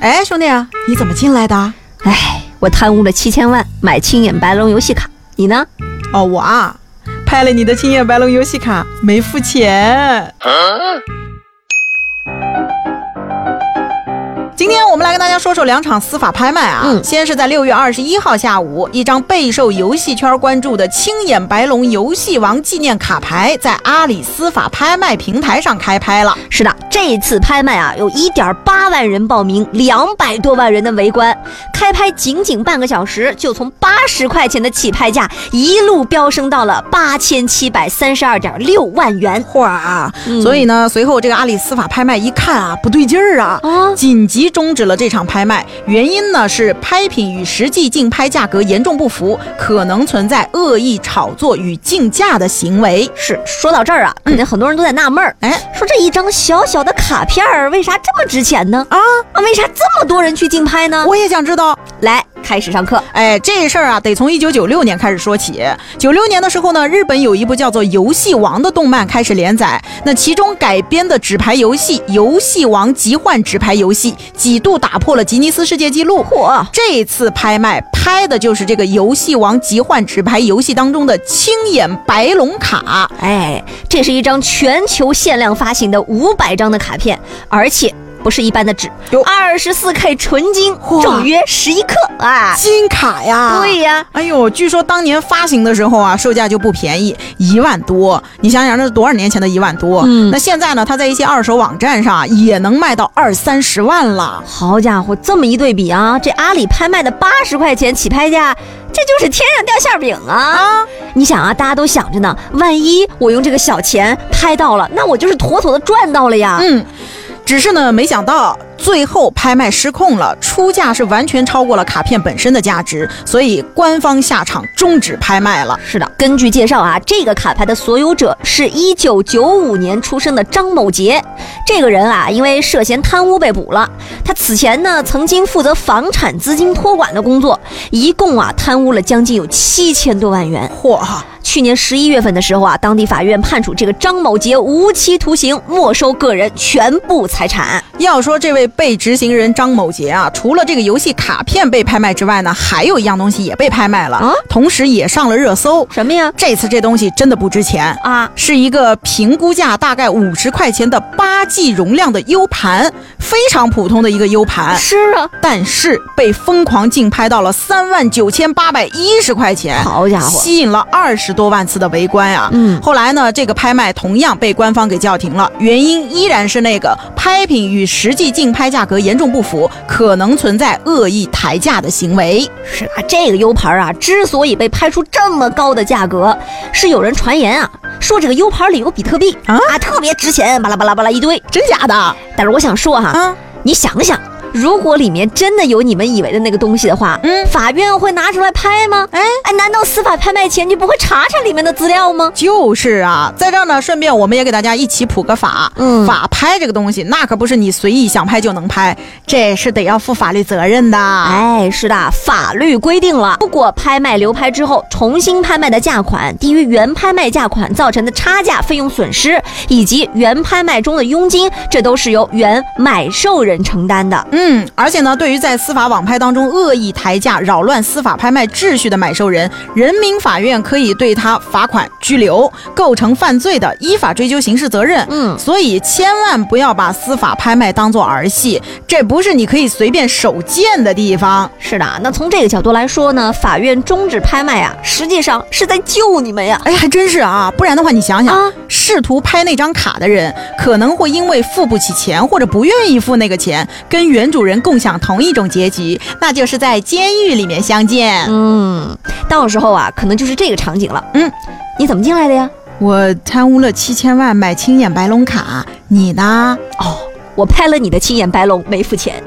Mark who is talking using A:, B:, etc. A: 哎，兄弟，你怎么进来的？
B: 哎，我贪污了七千万买青眼白龙游戏卡，你呢？
A: 哦，我啊，拍了你的青眼白龙游戏卡，没付钱。今天我们来跟大家说说两场司法拍卖啊，
B: 嗯
A: 先是在六月二十一号下午，一张备受游戏圈关注的青眼白龙游戏王纪念卡牌在阿里司法拍卖平台上开拍了。
B: 是的，这次拍卖啊，有一点八万人报名，两百多万人的围观。开拍仅仅半个小时，就从八十块钱的起拍价一路飙升到了八千七百三十二点六万元。
A: 哇！
B: 嗯
A: 啊所以呢，随后这个阿里司法拍卖一看啊，不对劲儿啊，
B: 啊，
A: 紧急终止了这场拍卖。原因呢是拍品与实际竞拍价格严重不符，可能存在恶意炒作与竞价的行为。
B: 是说到这儿啊，肯定很多人都在纳闷儿，
A: 哎，
B: 说这一张小小的卡片儿为啥这么值钱呢？
A: 啊
B: 啊，为啥这么多人去竞拍呢？
A: 我也想知道。
B: 来，开始上课。
A: 哎，这事儿啊，得从一九九六年开始说起。九六年的时候呢，日本有一部叫做《游戏王》的动漫开始连载，那其中改编的纸牌游戏《游戏王疾幻纸牌游戏》几度打破了吉尼斯世界纪录。
B: 嚯，
A: 这次拍卖拍的就是这个《游戏王疾幻纸牌游戏》当中的青眼白龙卡。
B: 哎，这是一张全球限量发行的五百张的卡片，而且不是一般的纸
A: 哟，
B: 二十四 K 纯金，
A: 嚯
B: 重约十一克啊！
A: 金卡呀
B: 对呀、
A: 哎呦，据说当年发行的时候啊，售价就不便宜，一万多。你想想，那是多少年前的一万多？
B: 嗯
A: 那现在呢，它在一些二手网站上啊也能卖到二三十万了。
B: 好家伙，这么一对比啊，这阿里拍卖的八十块钱起拍价，这就是天上掉馅饼啊！
A: 啊，
B: 你想啊，大家都想着呢，万一我用这个小钱拍到了，那我就是妥妥的赚到了呀！
A: 嗯，只是呢，没想到最后拍卖失控了，出价是完全超过了卡片本身的价值，所以官方下场终止拍卖了。
B: 是的，根据介绍啊，这个卡牌的所有者是一九九五年出生的张某杰。这个人啊，因为涉嫌贪污被捕了。他此前呢，曾经负责房产资金托管的工作，一共啊贪污了将近有七千多万元。
A: 嚯！
B: 去年十一月份的时候啊，当地法院判处这个张某杰无期徒刑，没收个人全部财产。
A: 要说这位被执行人张某杰啊，除了这个游戏卡片被拍卖之外呢，还有一样东西也被拍卖了，
B: 啊
A: 同时也上了热搜。
B: 什么呀？
A: 这次这东西真的不值钱，
B: 啊，
A: 是一个评估价大概五十块钱的八 G 容量的 U 盘，非常普通的一个 U 盘，
B: 是啊，
A: 但是被疯狂竞拍到了三万九千八百一十块钱。
B: 好家伙！
A: 吸引了二十多万次的围观呀、
B: 嗯
A: 后来呢，这个拍卖同样被官方给叫停了，原因依然是那个拍品与实际竞拍价格严重不符，可能存在恶意抬价的行为。
B: 是啊，这个 U 盘啊，之所以被拍出这么高的价格，是有人传言啊，说这个 U 盘里有比特币
A: 啊
B: 特别值钱，巴拉巴拉巴拉一堆。
A: 真假的啊？
B: 但是我想说哈、你想想，如果里面真的有你们以为的那个东西的话，
A: 嗯
B: 法院会拿出来拍吗？
A: 哎
B: 哎，难道司法拍卖前就不会查查里面的资料吗？
A: 就是啊，在这儿呢，顺便我们也给大家一起普个法。
B: 嗯
A: 法拍这个东西，那可不是你随意想拍就能拍，这是得要负法律责任的。
B: 哎，是的，法律规定了，如果拍卖流拍之后重新拍卖的价款低于原拍卖价款造成的差价费用损失，以及原拍卖中的佣金，这都是由原买受人承担的。
A: 嗯，而且呢，对于在司法网拍当中恶意抬价、扰乱司法拍卖秩序的买受人，人民法院可以对他罚款、拘留，构成犯罪的，依法追究刑事责任。
B: 嗯
A: 所以千万不要把司法拍卖当做儿戏，这不是你可以随便手贱的地方。
B: 是的，那从这个角度来说呢，法院终止拍卖啊，实际上是在救你们呀。
A: 哎，还真是啊，不然的话，你想想，
B: 啊
A: 试图拍那张卡的人，可能会因为付不起钱或者不愿意付那个钱，跟原主人共享同一种结局，那就是在监狱里面相见。
B: 嗯，到时候啊，可能就是这个场景了。
A: 嗯，
B: 你怎么进来的呀？
A: 我贪污了七千万买青眼白龙卡，你呢？
B: 哦，我拍了你的青眼白龙，没付钱。